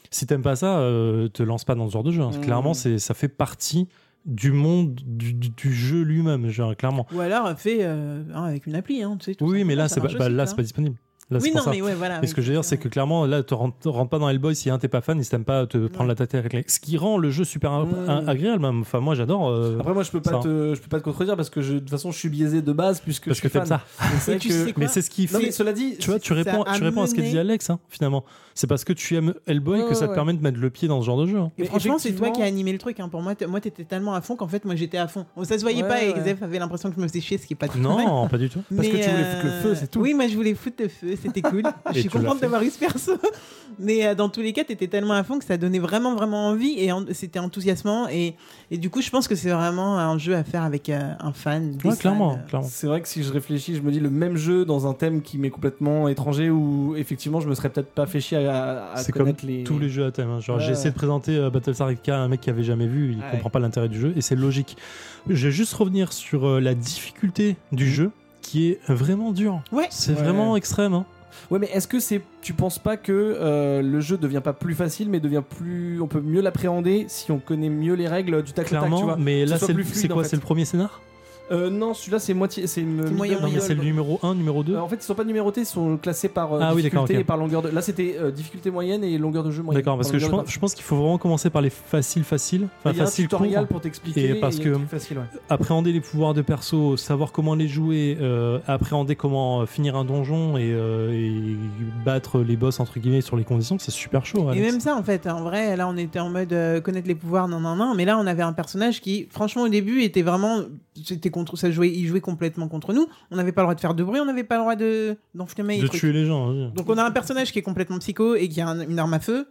S1: Si t'aimes pas ça, euh, te lance pas dans ce genre de jeu. hein.
S3: Mm.
S1: Clairement, c'est ça fait partie du monde du, du- du jeu lui-même, genre, clairement.
S2: Ou alors, fais euh, hein, avec une appli, hein, tu sais. tout
S1: Oui, oui,
S2: simplement,
S1: mais là,
S2: ça
S1: c'est pas,
S2: marche
S1: bah,
S2: aussi,
S1: là,
S2: ça.
S1: c'est pas disponible. Là, c'est
S2: Oui,
S1: pour
S2: non,
S1: ça.
S2: mais ouais, voilà.
S1: Mais ce que je veux dire, c'est que clairement, là, tu rentres, rentres pas dans Hellboy si un t'es pas fan, si t'aimes pas te prendre la tête avec les. Ce qui rend le jeu super ag-
S3: Ouais.
S1: ag- agréable, même. Enfin, moi, j'adore. euh,
S3: Après, moi, je peux pas
S1: Ça.
S3: te, je peux pas te contredire parce que je- de toute façon, je suis biaisé de base puisque
S1: parce
S3: je
S1: que
S3: suis
S1: t'aimes
S3: fan.
S1: ça.
S3: Mais c'est
S2: Et tu
S3: vrai
S2: sais
S3: que-
S1: Mais
S2: quoi
S1: c'est ce qui
S3: Non,
S1: fait.
S3: mais cela dit,
S1: Tu vois, tu
S2: ça
S1: réponds,
S2: a
S1: tu réponds à ce qu'a dit
S2: mené-
S1: Alex, hein, finalement. C'est parce que tu aimes Hellboy
S3: Ouais,
S1: que ça te
S3: ouais.
S1: permet de mettre le pied dans ce genre de jeu. hein.
S2: Et
S3: Mais
S2: franchement, c'est toi
S3: effectivement-
S2: qui as animé le truc. hein. Pour moi, t'es- moi, t'étais tellement à fond qu'en fait, moi, j'étais à fond. Bon, ça se voyait
S3: Ouais,
S2: pas et
S3: ouais.
S2: Zef avait l'impression que je me faisais chier, ce qui est pas tout mal.
S1: Non, pas du tout.
S3: Parce que tu voulais foutre le feu, c'est tout.
S2: euh, Oui, moi je voulais foutre le feu, c'était cool. je
S1: Et
S2: suis
S1: tu l'as
S2: contente
S1: fait.
S2: d'avoir eu ce perso. Mais euh, dans tous les cas, t'étais tellement à fond que ça donnait vraiment, vraiment envie et en- c'était enthousiasmant. Et, et du coup, je pense que c'est vraiment un jeu à faire avec euh, un fan. des
S1: Ouais, clairement,
S2: fans, euh.
S1: clairement.
S3: C'est vrai que si je réfléchis, je me dis le même jeu dans un thème qui m'est complètement étranger où effectivement je me serais peut-être pas fait chier à, à
S1: C'est
S3: connaître les.
S1: Tous les jeux à thème. hein. Genre,
S3: Ouais,
S1: j'ai essayé
S3: ouais.
S1: de présenter euh, Battlestar Galactica à un mec qui avait jamais vu, il
S3: Ouais.
S1: comprend pas l'intérêt du jeu et c'est logique. Je vais juste revenir sur euh, la difficulté du jeu qui est vraiment dure.
S2: Ouais.
S1: C'est
S3: Mhm. Ouais.
S1: vraiment extrême. hein.
S3: Ouais, mais est-ce que c'est, tu penses pas que euh, le jeu devient pas plus facile, mais devient plus, on peut mieux l'appréhender si on connaît mieux les règles du tac au tac, tu
S1: Clairement,
S3: vois
S1: mais
S3: que
S1: là,
S3: ce soit
S1: c'est le-
S3: plus fluide,
S1: c'est quoi
S3: en fait.
S1: C'est le premier scénar
S3: Euh, non, celui-là c'est moitié, c'est, une-
S2: moyen,
S1: Non, mais
S2: rigole,
S1: c'est le
S2: quoi.
S1: numéro 1, numéro 2.
S3: Euh, en fait, ils sont pas numérotés, ils sont classés par euh,
S1: Ah oui,
S3: difficulté
S1: d'accord, ok.
S3: et par longueur de. Là, c'était euh, difficulté moyenne et longueur de jeu moyenne.
S1: D'accord, parce
S3: Par
S1: que je
S3: longueur
S1: pense,
S3: de
S1: je pense qu'il faut vraiment commencer par les faciles, faciles.
S3: partie.
S1: Enfin,
S3: Il y a un
S1: faciles,
S3: tutoriel
S1: courts.
S3: pour t'expliquer.
S1: Et parce
S3: il y a un
S1: que-
S3: truc facile, ouais.
S1: Appréhender les pouvoirs de perso, savoir comment les jouer, euh, appréhender comment euh, finir un donjon et, euh, et battre les boss entre guillemets sur les conditions, c'est super chaud.
S2: Et
S1: Alex.
S2: même ça, en fait, en vrai, là, on était en mode euh, connaître les pouvoirs, non, non, non. Mais là, on avait un personnage qui, franchement, au début, était vraiment, c'était contre, ça jouait, il jouait complètement contre nous. On n'avait pas le droit de faire de bruit, on n'avait pas le droit de d'enflammer. les
S1: de
S2: trucs.
S1: tuer les gens. hein. oui.
S2: Donc, on a un personnage qui est complètement psycho et qui a un- une arme à feu.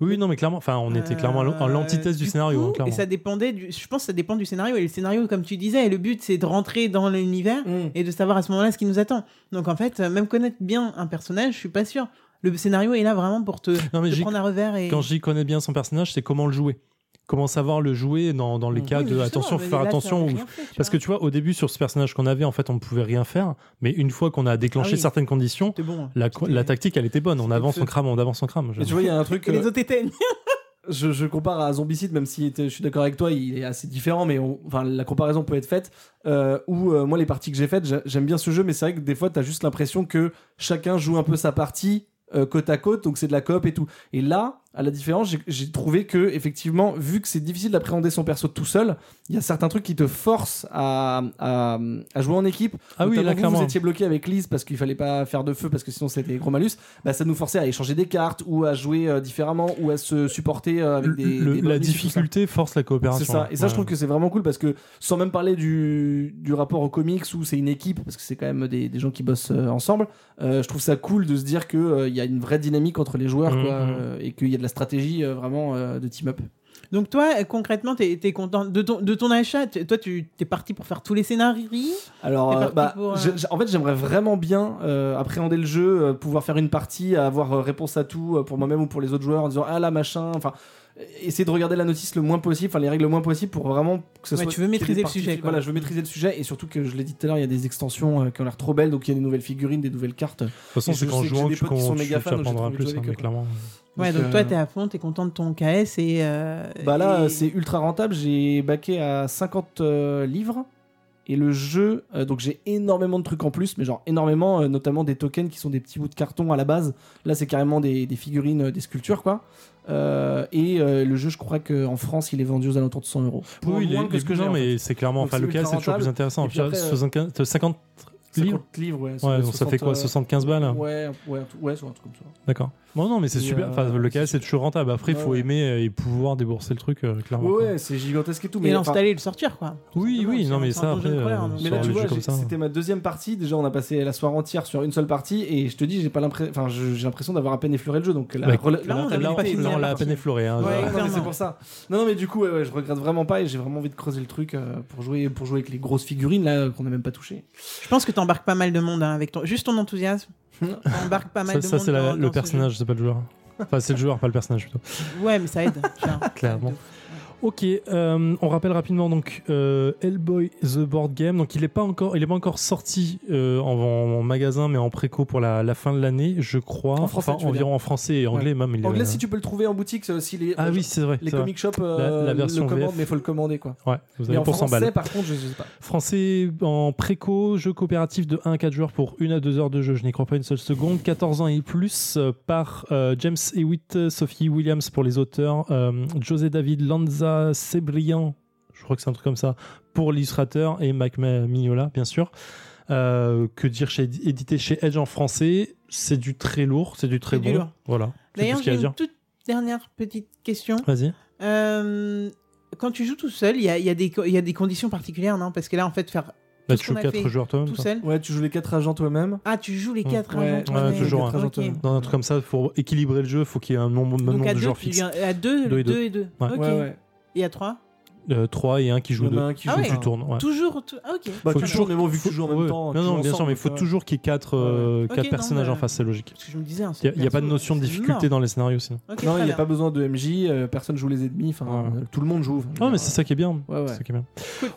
S1: Oui, non, mais clairement, enfin, on était clairement à l'an- à
S2: Euh,
S1: l'antithèse du, scénario.
S2: coup,
S1: hein, clairement.
S2: Et ça dépendait du. Je pense que ça dépend du scénario. Et le scénario, comme tu disais, le but, c'est de rentrer dans l'univers
S1: Hmm.
S3: Mm.
S2: et de savoir à ce moment-là ce qui nous attend. Donc en fait, euh, même connaître bien un personnage, je suis pas sûr. Le scénario est là vraiment pour te,
S1: Non, mais
S2: te
S1: j'y-
S2: prendre à revers et.
S1: quand j'y connais bien son personnage, c'est comment le jouer. Comment savoir le jouer dans, dans les
S3: Oui,
S1: cas
S2: Mmh. Oui,
S1: de
S2: mais
S1: attention,
S2: justement,
S1: faut
S2: mais
S1: faire
S2: là, ça
S1: attention
S2: avait
S1: ou
S2: rien fait, tu
S1: Parce que
S2: vois.
S1: tu vois, au début, sur ce personnage qu'on avait, en fait, on pouvait rien faire. Mais une fois qu'on a déclenché
S2: Ah oui.
S1: certaines conditions,
S2: C'était bon. hein.
S1: la,
S2: C'était-
S1: la tactique, elle était bonne. On
S2: C'était
S1: avance,
S2: feu.
S1: on crame, on avance, on crame.
S3: Et tu vois, il y a un truc.
S2: Et
S3: euh,
S2: les autres étaient
S3: je, je compare à Zombicide, même si était- je suis d'accord avec toi, il est assez différent, mais on- enfin, la comparaison peut être faite. Euh, où euh, moi, les parties que j'ai faites, j'a- j'aime bien ce jeu, mais c'est vrai que des fois, t'as juste l'impression que chacun joue un peu sa partie euh, côte à côte, donc c'est de la coop et tout. Et là, À la différence, j'ai- j'ai trouvé que, effectivement, vu que c'est difficile d'appréhender son perso tout seul, il y a certains trucs qui te forcent à, à- à jouer en équipe.
S1: Ah oui,
S3: Notamment
S1: là,
S3: vous,
S1: clairement.
S3: Vous étiez bloqué avec Lise parce qu'il fallait pas faire de feu parce que sinon c'était des gros malus. Bah, ça nous forçait à échanger des cartes ou à jouer euh, différemment ou à se supporter euh, avec
S1: Le-
S3: des.
S1: le-
S3: des
S1: la
S3: bonus et tout ça.
S1: difficulté hein, force la coopération.
S3: C'est ça. Et ça, je trouve que c'est vraiment cool parce que, sans même parler du, du rapport aux comics où c'est une équipe, parce que c'est quand même des, des gens qui bossent euh, ensemble, euh, je trouve ça cool de se dire qu'il y a une vraie dynamique entre les joueurs quoi,
S1: Mhm.
S3: euh, et qu'il y a de la stratégie euh, vraiment euh, de team-up.
S2: Donc toi, euh, concrètement, t'es es content de ton, de ton achat. T- Toi, tu t'es parti pour faire tous les scénarios.
S3: Alors,
S2: T'es
S3: euh,
S2: parti
S3: bah,
S2: pour, euh,
S3: j'ai- j'ai- en fait, j'aimerais vraiment bien euh, appréhender le jeu, euh, pouvoir faire une partie, avoir euh, réponse à tout euh, pour moi-même ou pour les autres joueurs en disant ah là machin, enfin euh, essayer de regarder la notice le moins possible, enfin les règles le moins possible pour vraiment que ce
S2: Ouais,
S3: soit.
S2: tu veux
S3: qu'il y ait
S2: maîtriser
S3: des
S2: le
S3: parties-
S2: sujet, quoi.
S3: Voilà, je veux maîtriser le sujet et surtout que je l'ai dit tout à l'heure, il y a des extensions euh, qui ont l'air trop belles, donc il y a des nouvelles figurines, des nouvelles cartes.
S1: De toute façon,
S3: Et je
S1: c'est qu'en
S3: sais que j'ai
S1: jouant,
S3: des
S1: tu,
S3: potes qui
S1: qu'on-
S3: sont
S1: tu- tu
S3: méga fans, donc j'ai
S1: apprendras
S3: trouvé
S1: plus,
S3: avec
S1: hein,
S3: eux,
S1: mais
S3: quoi.
S1: clairement.
S2: Ouais,
S3: Donc,
S2: donc, toi,
S3: euh,
S2: t'es à fond, t'es content de ton KS et. euh,
S3: Bah là,
S2: et-
S3: euh, c'est ultra rentable. J'ai baqué à 50 euh, livres. Et le jeu, euh, donc j'ai énormément de trucs en plus, mais genre énormément, euh, notamment des tokens qui sont des petits bouts de carton à la base. Là, c'est carrément des, des figurines, euh, des sculptures, quoi. Euh, et euh, le jeu, je crois qu'en France, il est vendu aux alentours de 100 euros. Pour
S1: Oui,
S3: moins que ce que j'ai.
S1: non,
S3: en fait.
S1: mais c'est clairement.
S3: Donc,
S1: Enfin,
S3: c'est
S1: le cas,
S3: ultra
S1: c'est toujours plus
S3: rentable.
S1: intéressant.
S3: Et puis après,
S1: 75 euh, 50 livres
S3: 50 livres, ouais.
S1: Ouais, donc ça fait quoi
S3: 60
S1: 75 balles hein
S3: Ouais, ouais, un truc- ouais, soit un truc comme ça.
S1: D'accord. Non, non, mais c'est
S3: Et,
S1: super.
S3: euh,
S1: Enfin, le cas, c'est toujours rentable. Après, il
S3: ouais,
S1: faut
S3: ouais.
S1: aimer euh, et pouvoir débourser le truc, euh, clairement.
S3: Ouais,
S1: quoi.
S3: ouais, c'est gigantesque et tout.
S2: Et
S3: Mais enfin,
S2: l'installer et le sortir, quoi.
S1: Oui,
S2: Exactement,
S1: oui,
S2: c'est
S1: non,
S2: un-
S1: mais
S2: c'est un
S1: ça,
S2: donjon
S1: après,
S2: de colère,
S1: euh,
S2: donc.
S3: Mais
S1: sur
S3: là, tu
S1: les
S3: vois,
S1: jeux comme
S3: j'ai-
S1: ça.
S3: c'était ma deuxième partie. Déjà, on a passé la soirée entière sur une seule partie, et je te dis, j'ai pas l'impression, enfin, je- j'ai l'impression d'avoir à peine effleuré le jeu. Donc la,
S1: Bah,
S3: rela-
S2: là,
S3: la
S2: on a même
S1: Là,
S2: pas
S3: rentabilité
S2: fini
S1: on
S3: est
S2: la
S1: l'a à
S3: énorme.
S1: peine effleuré. hein,
S2: Ouais,
S1: genre.
S3: Ouais, non, mais c'est
S2: clairement.
S3: pour ça. Non, non, mais du coup, ouais, ouais, je regrette vraiment pas, et j'ai vraiment envie de creuser le truc euh, pour jouer, pour jouer avec les grosses figurines là qu'on a même pas touché.
S2: Je pense que t'embarques pas mal de monde hein, avec ton. Juste ton enthousiasme.
S3: Non.
S2: T'embarques pas mal
S1: Ça,
S2: de
S1: ça,
S2: monde.
S1: c'est la-
S2: dans- dans
S1: le
S2: ce
S1: personnage, c'est pas le joueur. Enfin, c'est le joueur, pas le personnage plutôt.
S2: jeu. Ouais, mais ça aide. genre.
S1: Clairement. Ok, euh, on rappelle rapidement donc euh, Hellboy the Board Game. Donc il n'est pas encore, il est pas encore sorti euh, en, en magasin, mais en préco pour la, la fin de l'année, je crois.
S3: En français,
S1: Enfin,
S3: tu veux
S1: environ en français et anglais même. il est- euh,
S3: Anglais, si tu peux le trouver en boutique, euh, si les
S1: Ah oui, c'est vrai.
S3: les
S1: c'est vrai.
S3: comic shops euh,
S1: La- la version
S3: le commandent,
S1: VF.
S3: mais faut le commander quoi.
S1: Ouais, vous
S3: Mais
S1: avez
S3: en
S1: pour 100
S3: français,
S1: balles.
S3: par contre, je sais pas.
S1: Français en préco, jeu coopératif de 1 à 4 joueurs pour 1 à 2 heures de jeu, je n'y crois pas une seule seconde. 14 ans et plus euh, par euh, James Hewitt, euh, Sophie Williams pour les auteurs, euh, José David Lanza Sebrian, je crois que c'est un truc comme ça, pour l'illustrateur et Mac Ma- Mignola, bien sûr. Euh, que dire, chez, édité chez Edge en français, c'est du très lourd, c'est du très
S2: C'est
S1: bon.
S2: du lourd.
S1: Voilà. C'est tout
S2: D'ailleurs,
S1: ce qu'il y a
S2: j'ai
S1: à
S2: une
S1: dire.
S2: toute dernière petite question.
S1: Vas-y.
S2: Euh, quand tu joues tout seul, il y a, il y a des co- il y a des conditions particulières, non Parce que là, en fait, faire
S1: Là, Bah,
S2: ce
S1: tu joues
S2: qu'on a
S1: 4
S2: fait
S1: joueurs toi-même.
S2: tout
S1: quoi.
S2: seul.
S3: Ouais, tu joues les quatre agents toi-même.
S2: Ah, tu joues les
S1: Ouais.
S2: quatre
S3: Ouais,
S2: agents,
S1: ouais,
S2: toi-même.
S1: toujours hein.
S3: un.
S2: Ok.
S1: Dans un truc comme ça, pour équilibrer le jeu, faut qu'il y ait un nombre, même
S2: Donc
S1: nombre
S2: à
S1: de
S2: deux,
S1: joueurs
S2: tu
S1: fixe.
S2: viens- à deux,
S1: Deux
S2: deux
S1: et
S2: et
S1: deux.
S2: deux.
S1: Ouais.
S2: Ok.
S3: Ouais, ouais.
S2: Et à trois
S1: Euh, 3 et un qui joue
S3: Il y en a
S1: 2.
S3: un qui
S2: Ah
S3: joue
S2: ouais.
S1: Tu tournes. ouais.
S2: Toujours. tout- ah, ok.
S3: Bah,
S1: Faut
S3: tu
S1: toujours-
S3: tournes, mais bon, vu que tu joues en
S1: Faut-
S3: même
S1: ouais.
S3: temps.
S1: Non,
S3: tu
S1: non,
S3: joues
S1: bien sûr,
S3: ensemble,
S1: mais il faut
S3: tu vois.
S1: toujours qu'il y ait 4
S2: Ouais. Ok, non,
S1: personnages
S2: mais-
S1: en face, c'est logique.
S2: Parce que je me disais. hein,
S1: Il n'y a, pas de notion de difficulté dans les scénarios sinon.
S3: Non, il n'y a pas besoin de MJ, euh, personne joue les ennemis, enfin,
S1: Ouais.
S3: euh, tout le monde joue. enfin, je
S1: Ah,
S3: veux
S1: mais
S3: dire,
S1: c'est ça qui est bien.
S3: Ouais, ouais.
S1: C'est ça qui est bien.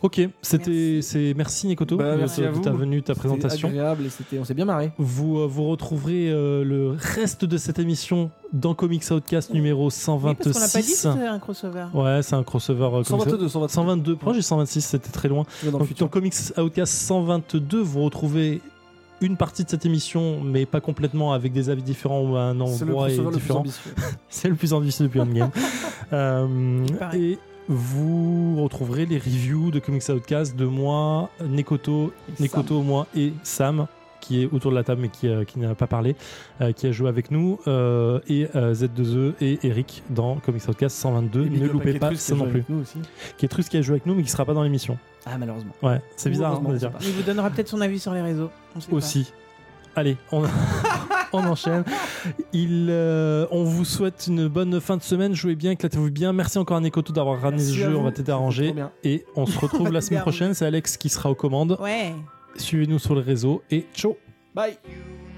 S1: Ok, c'était.
S2: Merci.
S1: c'est Merci Nicoto
S3: Bah, merci à
S1: de
S3: vous.
S1: ta venue, ta présentation.
S3: C'était agréable et c'était, on s'est bien marré.
S1: Vous, euh, vous retrouverez euh, le reste de cette émission dans Comics Outcast numéro
S2: parce qu'on n'a pas dit que
S1: 126.
S2: c'était un crossover.
S1: Ouais, c'est un crossover. euh, Comics Out-
S3: 122, 122.
S1: 122, pourquoi j'ai 126 C'était très loin.
S3: Tu vas dans le
S1: Donc, dans
S3: futur.
S1: Comics Outcast 122, vous retrouvez une partie de cette émission, mais pas complètement, avec des avis différents ou à un
S3: C'est le
S1: endroit et
S3: crossover le plus
S1: différent.
S3: ambitieux.
S1: C'est le plus ambitieux depuis Endgame. euh,
S2: paraît.
S1: et vous retrouverez les reviews de Comics Outcast de moi, Nekoto,
S3: Et
S1: Nekoto, moi et Sam qui est autour de la table mais qui, euh, qui n'a pas parlé, euh, qui a joué avec nous, euh, et euh, Z2E et Eric dans Comics Outcast 122.
S3: Et
S1: ne
S3: Big Up
S1: loupez
S3: avec
S1: pas
S3: Etrus
S1: ça
S3: qui
S1: non
S3: joue
S1: plus.
S3: avec nous aussi.
S1: Kétrus qui a joué avec nous mais qui sera pas dans l'émission.
S3: Ah, malheureusement.
S1: Ouais, c'est bizarre hein,
S3: Heureusement,
S1: on va
S3: on sait
S1: dire.
S3: pas.
S2: Il vous donnera peut-être son avis sur les réseaux. on sait pas.
S1: aussi. Allez, on, on enchaîne. Il, euh, on vous souhaite une bonne fin de semaine. Jouez bien, éclatez-vous bien. Merci encore à Nekoto d'avoir ramené
S3: Merci
S1: ce
S3: à
S1: jeu. On
S3: vous,
S1: va t'aider
S3: c'était
S1: à ranger.
S3: trop bien.
S1: Et on se retrouve la semaine prochaine. C'est Alex qui sera aux commandes.
S2: Ouais.
S1: Suivez-nous sur les réseaux et ciao
S3: Bye.
S6: You